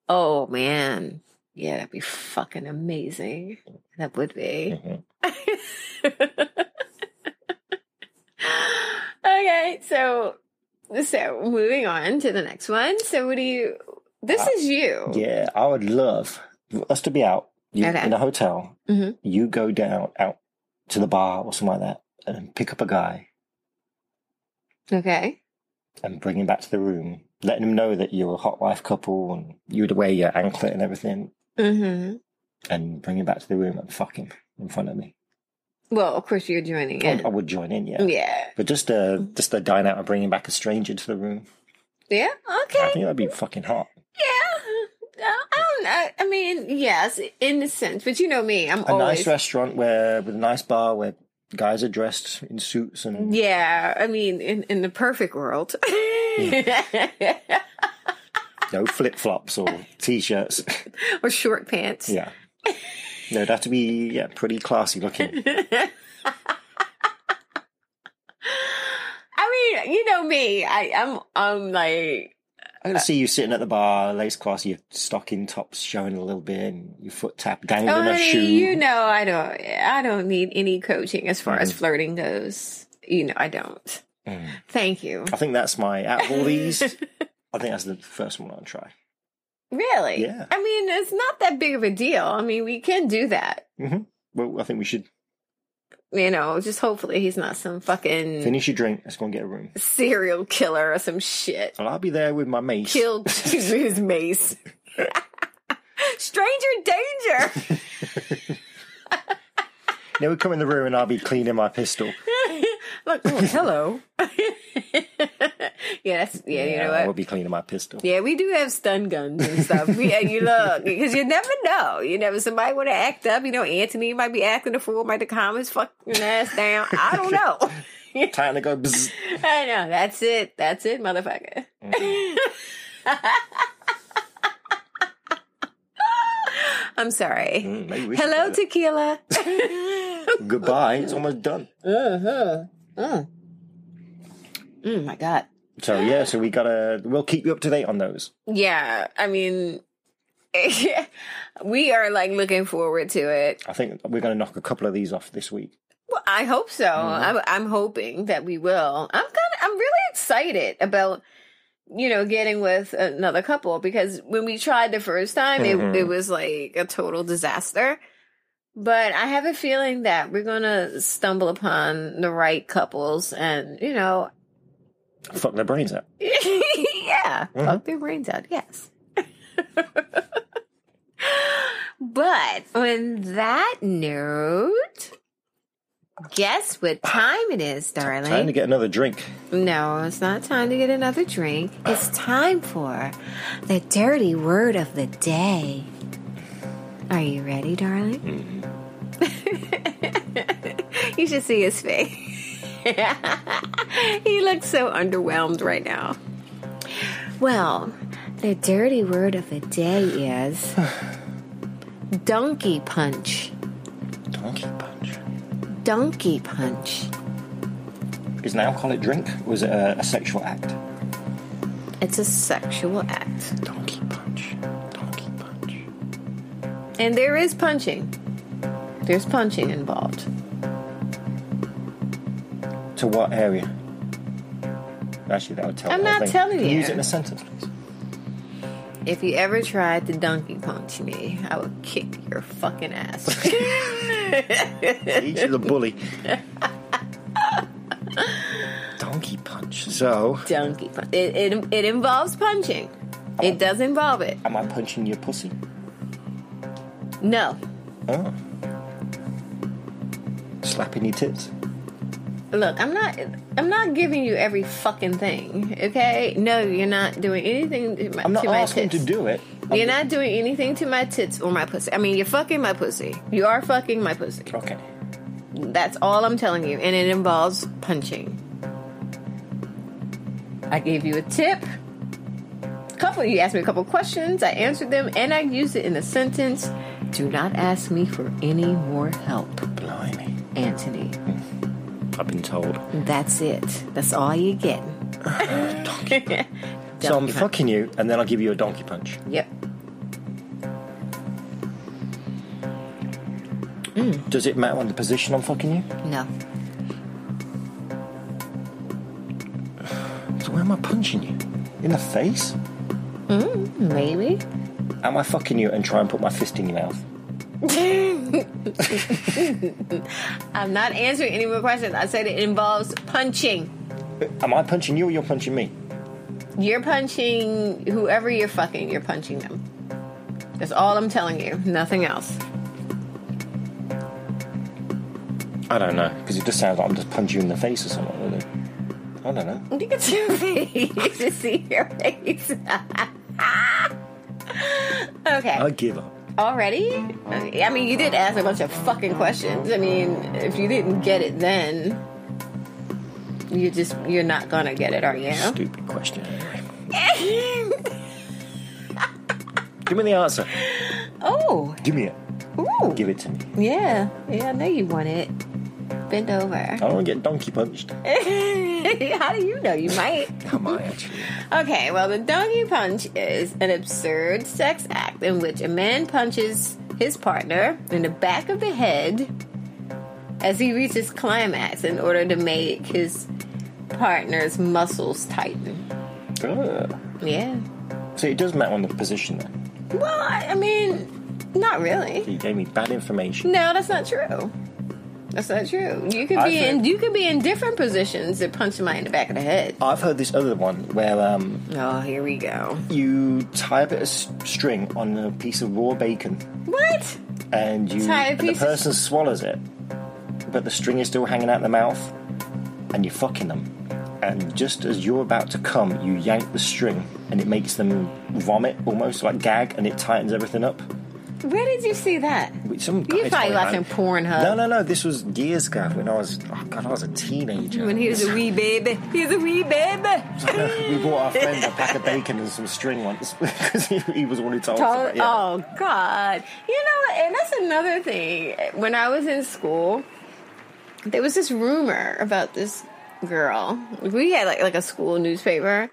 Speaker 1: Oh man, yeah, that'd be fucking amazing. That would be.
Speaker 2: Mhm.
Speaker 1: okay, so so moving on to the next one. So what do you this is you.
Speaker 2: Uh, Yeah, I would love for us to be out you,
Speaker 1: Okay.
Speaker 2: in a hotel.
Speaker 1: Mhm.
Speaker 2: You go down out to the bar or something like that and pick up a guy
Speaker 1: Okay.
Speaker 2: and bring him back to the room, letting him know that you're a hot wife couple and you'd wear your anklet and everything,
Speaker 1: hmm
Speaker 2: and bring him back to the room and fuck him in front of me.
Speaker 1: Well, of course you're joining
Speaker 2: I-
Speaker 1: in.
Speaker 2: I, would join in, Oh, yeah.
Speaker 1: yeah.
Speaker 2: But just uh, just a dine out and bringing back a stranger to the room,
Speaker 1: Yeah.
Speaker 2: I
Speaker 1: Okay.
Speaker 2: think that'd be fucking hot.
Speaker 1: Yeah. I don't know. I mean, yes, in a sense, but you know me, I'm
Speaker 2: A
Speaker 1: always
Speaker 2: nice restaurant where with a nice bar where guys are dressed in suits and
Speaker 1: Yeah, I mean, in, in the perfect world.
Speaker 2: no flip flops or t shirts.
Speaker 1: or short pants.
Speaker 2: Yeah. No, it'd have to be yeah, pretty classy looking.
Speaker 1: I mean, you know me. I, I'm I'm like Uh,
Speaker 2: I'm gonna see you sitting at the bar, lace class, your stocking tops showing a little bit, and your foot tap dangling
Speaker 1: oh,
Speaker 2: a
Speaker 1: honey,
Speaker 2: shoe.
Speaker 1: you know I don't I don't need any coaching as far
Speaker 2: Mm.
Speaker 1: as flirting goes. You know I don't. Thank you.
Speaker 2: I think that's my out of all these. I think that's the first one I'll try.
Speaker 1: Really?
Speaker 2: Yeah.
Speaker 1: I mean, it's not that big of a deal. I mean, we can do that.
Speaker 2: Well, I think we should
Speaker 1: You know, just hopefully he's not some fucking
Speaker 2: finish your drink. Let's go and get a room.
Speaker 1: serial killer or some shit.
Speaker 2: Well, I'll be there with my mace.
Speaker 1: Killed his mace. Stranger danger.
Speaker 2: Now we come in the room and I'll be cleaning my pistol.
Speaker 1: Look, oh, hello. yes, yeah, you know what?
Speaker 2: I'll be cleaning my pistol.
Speaker 1: Yeah, we do have stun guns and stuff. yeah, you look because you never know. You never somebody want to act up. You know, Anthony might be acting a fool, might the comments fucking ass down. I don't know.
Speaker 2: Time to go. Bzz.
Speaker 1: I know. That's it. That's it, motherfucker. I'm sorry.
Speaker 2: Mm, maybe we should
Speaker 1: Hello,
Speaker 2: try that.
Speaker 1: tequila.
Speaker 2: Goodbye. It's almost done.
Speaker 1: oh Mm. my god.
Speaker 2: So yeah, so we gotta. We'll keep you up to date on those.
Speaker 1: Yeah, I mean, we are like looking forward to it.
Speaker 2: I think we're gonna knock a couple of these off this week.
Speaker 1: Well, I hope so. I'm, I'm hoping that we will. I'm kind of, I'm really excited about you know getting with another couple because when we tried the first time,
Speaker 2: Mhm.
Speaker 1: it it was like a total disaster. But I have a feeling that we're gonna stumble upon the right couples, and you know,
Speaker 2: Fuck their brains out.
Speaker 1: yeah, fuck their brains out. Yes. but on that note, guess what time it is, darling?
Speaker 2: Time to get another drink.
Speaker 1: no, it's not time to get another drink. It's time for the dirty word of the day. Are you ready, darling? you should see his face. he looks so underwhelmed right now. Well, the dirty word of the day is donkey punch.
Speaker 2: Donkey punch.
Speaker 1: Donkey punch.
Speaker 2: Is an alcoholic drink? Or is it a, a sexual act?
Speaker 1: It's a sexual act.
Speaker 2: Donkey punch. Donkey punch.
Speaker 1: And there is punching. There's punching involved.
Speaker 2: To what area? Actually, that would tell.
Speaker 1: I'm
Speaker 2: the whole
Speaker 1: not
Speaker 2: thing.
Speaker 1: telling
Speaker 2: Can
Speaker 1: you.
Speaker 2: Use it in a sentence, please.
Speaker 1: If you ever tried to donkey punch me, I would kick your fucking ass.
Speaker 2: He's the bully. Donkey punch. So,
Speaker 1: donkey punch. It, it, it involves punching. It does involve it.
Speaker 2: am I punching your pussy?
Speaker 1: No.
Speaker 2: Oh. Slapping your tits.
Speaker 1: Look, I'm not I'm not giving you every fucking thing, okay? No, you're not doing anything to my,
Speaker 2: I'm not
Speaker 1: to my
Speaker 2: asking
Speaker 1: tits.
Speaker 2: to do it.
Speaker 1: You're not doing anything to my tits or my pussy. I mean, you're fucking my pussy. You are fucking my pussy.
Speaker 2: Okay.
Speaker 1: That's all I'm telling you, and it involves punching. I gave you a tip. Couple, you asked me a couple questions. I answered them, and I used it in a sentence. Do not ask me for any more help,
Speaker 2: Blimey.
Speaker 1: Anthony.
Speaker 2: I've been told.
Speaker 1: That's it. That's all you get.
Speaker 2: so I'm
Speaker 1: Donkey punch.
Speaker 2: fucking you, and then I'll give you a donkey punch.
Speaker 1: Yep.
Speaker 2: Does it matter on the position I'm fucking you?
Speaker 1: No.
Speaker 2: So where am I punching you? In the face?
Speaker 1: Maybe.
Speaker 2: Am I fucking you and try and put my fist in your mouth?
Speaker 1: I'm not answering any more questions. I said it involves punching.
Speaker 2: Am I punching you or you're punching me?
Speaker 1: You're punching whoever you're fucking, you're punching them. That's all I'm telling you. Nothing else.
Speaker 2: I don't know. Because it just sounds like I'm just punching you in the face or something, really. I don't know.
Speaker 1: Look at your face. You see your face. okay.
Speaker 2: give up.
Speaker 1: Already? I mean, you did ask a bunch of fucking questions. I mean, if you didn't get it then, you just, you're not gonna get it, are you?
Speaker 2: Stupid question. anyway. Give me the answer.
Speaker 1: oh,
Speaker 2: Give me it.
Speaker 1: ooh.
Speaker 2: Give it to me.
Speaker 1: Yeah, yeah, I know you want it. Bend over.
Speaker 2: I don't want to get donkey punched.
Speaker 1: How do you know you might?
Speaker 2: I might actually.
Speaker 1: Okay, well, the donkey punch is an absurd sex act in which a man punches his partner in the back of the head as he reaches climax in order to make his partner's muscles tighten.
Speaker 2: Ugh.
Speaker 1: Yeah.
Speaker 2: So it does matter on the position then.
Speaker 1: Well, I, I mean, not really.
Speaker 2: You gave me bad information.
Speaker 1: No, that's not true. That's not true. You could
Speaker 2: I
Speaker 1: be in
Speaker 2: think-
Speaker 1: you could be in different positions that punch somebody in the back of the head.
Speaker 2: I've heard this other one where um,
Speaker 1: Oh, here we go.
Speaker 2: you tie a bit of s- string on a piece of raw bacon
Speaker 1: What?
Speaker 2: and you
Speaker 1: Tie a
Speaker 2: and the
Speaker 1: piece of-
Speaker 2: person swallows it, but the string is still hanging out the mouth, and you're fucking them. And just as you're about to come, you yank the string, and it makes them vomit almost like gag, and it tightens everything up.
Speaker 1: Where did you see that?
Speaker 2: Wait, Some
Speaker 1: You
Speaker 2: guy
Speaker 1: probably
Speaker 2: told me about
Speaker 1: watching
Speaker 2: it.
Speaker 1: Pornhub.
Speaker 2: No, no, no. This was years ago when I was, oh god, I was a teenager.
Speaker 1: When he was a wee baby. He's a wee baby.
Speaker 2: we bought our friend a pack of bacon and some string once because he, he was the one who told us.
Speaker 1: Oh,
Speaker 2: about it, yeah.
Speaker 1: oh, God. You know, and that's another thing. When I was in school, there was this rumor about this girl. We had like like a school newspaper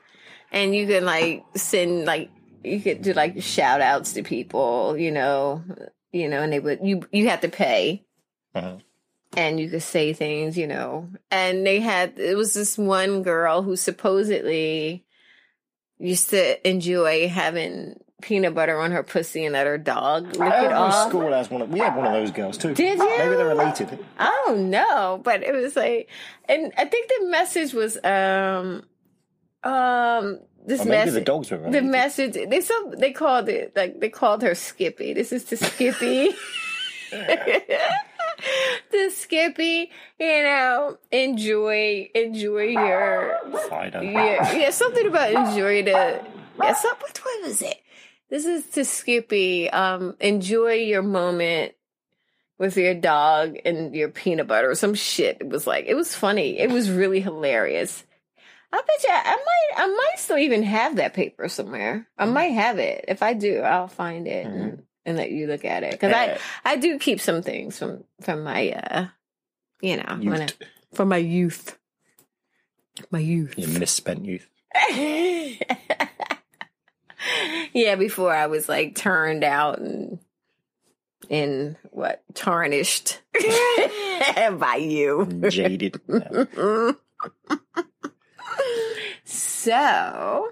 Speaker 1: and you could like send like you could do like shout outs to people, you know, you know, and they would you you had to pay
Speaker 2: Uh-huh.
Speaker 1: and you could say things, you know. And they had it was this one girl who supposedly used to enjoy having peanut butter on her pussy and let her dog lick it
Speaker 2: Every
Speaker 1: off.
Speaker 2: school has one. Of, we had one of those girls too.
Speaker 1: Did you?
Speaker 2: Maybe they're related.
Speaker 1: I don't know, but it was like, and I think the message was, um, um, this
Speaker 2: Or Oh, maybe
Speaker 1: message.
Speaker 2: the dogs were
Speaker 1: the
Speaker 2: related.
Speaker 1: message they some they called it like they called her Skippy. This is to Skippy. to Skippy, you know, enjoy enjoy your
Speaker 2: I don't know.
Speaker 1: yeah, yeah, something about enjoy the yeah, some, what, what was it? This is to Skippy. Um, enjoy your moment with your dog and your peanut butter or some shit. It was like it was funny. It was really hilarious. I bet you I, I might I might still even have that paper somewhere.
Speaker 2: Mm-hmm.
Speaker 1: I might have it. If I do, I'll find it and, and let you look at it because
Speaker 2: Yeah.
Speaker 1: I I do keep some things from from my uh you know when
Speaker 2: Youth.
Speaker 1: I- from my youth. My youth.
Speaker 2: You misspent youth.
Speaker 1: yeah, before I was like turned out and and what tarnished by you.
Speaker 2: Jaded. uh, Yeah.
Speaker 1: Mm-hmm. So, well,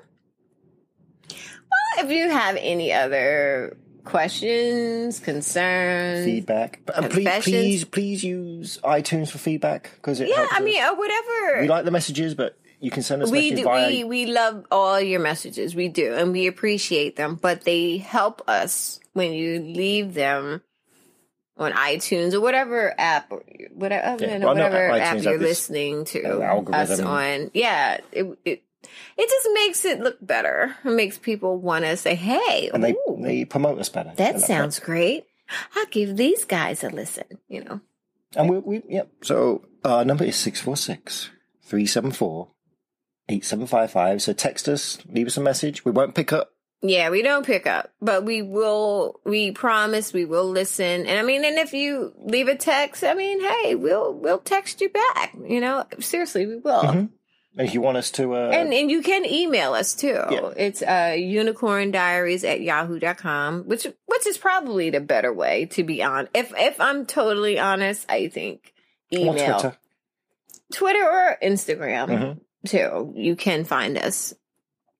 Speaker 1: if you have any other questions, concerns,
Speaker 2: feedback. But, and please,
Speaker 1: Confessions.
Speaker 2: please, please use iTunes for feedback because it
Speaker 1: yeah,
Speaker 2: helps
Speaker 1: I mean,
Speaker 2: us.
Speaker 1: or whatever.
Speaker 2: we like the messages, but you can send us
Speaker 1: we
Speaker 2: messages
Speaker 1: do,
Speaker 2: via
Speaker 1: we we love all your messages we do and we appreciate them but they help us when you leave them on iTunes or whatever app or whatever,
Speaker 2: Yeah,
Speaker 1: you know,
Speaker 2: well, I know
Speaker 1: whatever
Speaker 2: iTunes
Speaker 1: app
Speaker 2: have
Speaker 1: you're
Speaker 2: this,
Speaker 1: listening to
Speaker 2: uh, algorithm.
Speaker 1: us on yeah it, it it just makes it look better it makes people want to say hey
Speaker 2: and they
Speaker 1: ooh,
Speaker 2: they promote us better.
Speaker 1: that
Speaker 2: And
Speaker 1: sounds great I'll give these guys a listen you know
Speaker 2: And we, we yep. So our number is 646 374 8755. So text us, leave us a message. We won't pick up.
Speaker 1: Yeah, we don't pick up, but we will. We promise we will listen. And I mean, and if you leave a text, I mean, hey, we'll we'll text you back. You know, seriously, we will.
Speaker 2: Mm-hmm.
Speaker 1: Mm-hmm.
Speaker 2: If you want us to, uh,
Speaker 1: And and you can email us too.
Speaker 2: Yeah.
Speaker 1: It's uh, unicorn diaries at yahoo.com, which which is probably the better way to be on. If if I'm totally honest, I think
Speaker 2: or
Speaker 1: email,
Speaker 2: Twitter.
Speaker 1: Twitter or Instagram
Speaker 2: Mhm.
Speaker 1: too. You can find us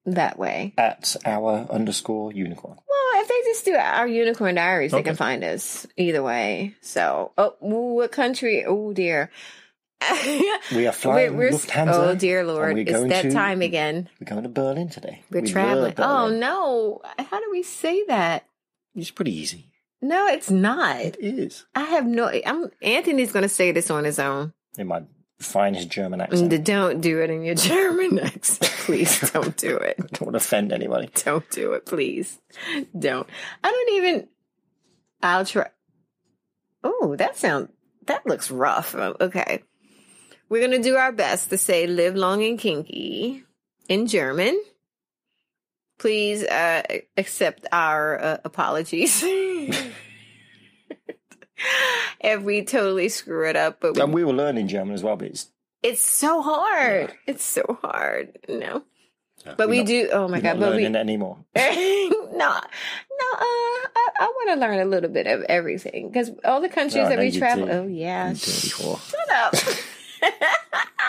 Speaker 1: that way.
Speaker 2: At our underscore unicorn.
Speaker 1: Well, if they just do our unicorn diaries, they
Speaker 2: Okay.
Speaker 1: can find us either way. So, oh, what country? Oh dear,
Speaker 2: We are flying
Speaker 1: We're- we're-
Speaker 2: Lufthansa.
Speaker 1: oh dear lord,
Speaker 2: we're
Speaker 1: it's
Speaker 2: going
Speaker 1: that
Speaker 2: to-
Speaker 1: time again.
Speaker 2: We're going to Berlin today.
Speaker 1: We're
Speaker 2: We love
Speaker 1: traveling. Oh
Speaker 2: Berlin.
Speaker 1: no, how do we say that?
Speaker 2: It's pretty easy.
Speaker 1: No, it's not.
Speaker 2: It is.
Speaker 1: I have no. I'm Anthony's going to say this on his own.
Speaker 2: In my finest German accent.
Speaker 1: D- Don't do it in your German accent, please. Don't do it.
Speaker 2: Don't want to offend anybody.
Speaker 1: Don't do it, please. Don't. I don't even. I'll try. Oh, that sound that looks rough. Oh, Okay. We're going to do our best to say live long and kinky in German. Please uh, accept our uh, apologies. if we totally screw it up, but we
Speaker 2: And we were learning German as well, but it's
Speaker 1: it's so hard. It's so hard. No.
Speaker 2: we're
Speaker 1: But we
Speaker 2: not-
Speaker 1: do. Oh my
Speaker 2: we're
Speaker 1: god!
Speaker 2: not
Speaker 1: But we
Speaker 2: learning
Speaker 1: no, no.
Speaker 2: anymore.
Speaker 1: Uh, I, I want to learn a little bit of everything because all the countries
Speaker 2: Oh,
Speaker 1: that
Speaker 2: no,
Speaker 1: we
Speaker 2: you
Speaker 1: travel.
Speaker 2: do.
Speaker 1: Oh yeah,
Speaker 2: You dirty whore.
Speaker 1: shut up.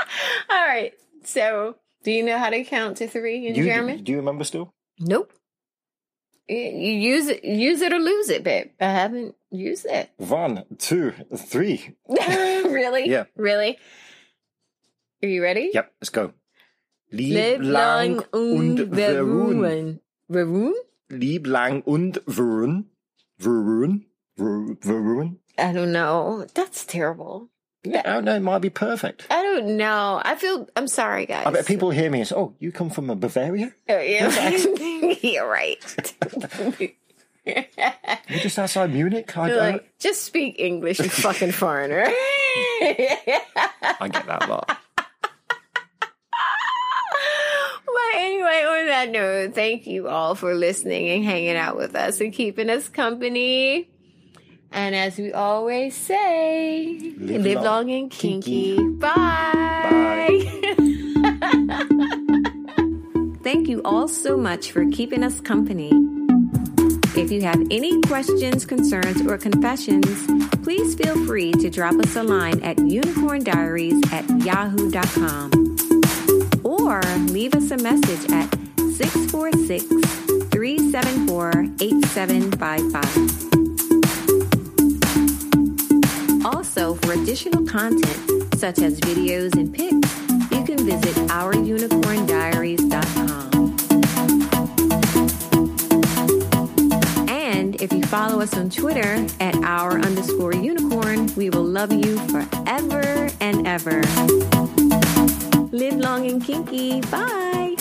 Speaker 1: all right. So, do you know how to count to three in
Speaker 2: You-
Speaker 1: German?
Speaker 2: Do you remember still?
Speaker 1: nope. You you use it, use it or lose it, babe. I haven't used it.
Speaker 2: One, two, three.
Speaker 1: really?
Speaker 2: Um, Yeah.
Speaker 1: Really? Are you ready?
Speaker 2: Yep, let's go. Lieb,
Speaker 1: Live lang und verruhen.
Speaker 2: verruhen.
Speaker 1: Verruhen?
Speaker 2: Lieb lang und verruhen. Verruhen. Ver- Verruhen.
Speaker 1: I don't know. That's terrible.
Speaker 2: Yeah, I don't know. It might be perfect.
Speaker 1: I don't know. I feel. I'm sorry, guys.
Speaker 2: I bet people hear me and say, "Oh, you come from uh, Bavaria?
Speaker 1: Oh, yeah. You're right.
Speaker 2: You're just outside Munich." I,
Speaker 1: You're
Speaker 2: I-
Speaker 1: like, just speak English, you fucking foreigner.
Speaker 2: I get that a lot.
Speaker 1: Well, anyway, on that note, thank you all for listening and hanging out with us and keeping us company. And as we always say, live,
Speaker 2: Live
Speaker 1: long,
Speaker 2: long
Speaker 1: and kinky.
Speaker 2: kinky.
Speaker 1: Bye. thank you all so much for keeping us company. If you have any questions, concerns, or confessions, please feel free to drop us a line at unicorndiaries at yahoo.com or leave us a message at 646 374 8755. Also, for additional content such as videos and pics, you can visit ourunicorndiaries.com. And if you follow us on Twitter at our underscore unicorn, we will love you forever and ever. Live long and kinky. Bye.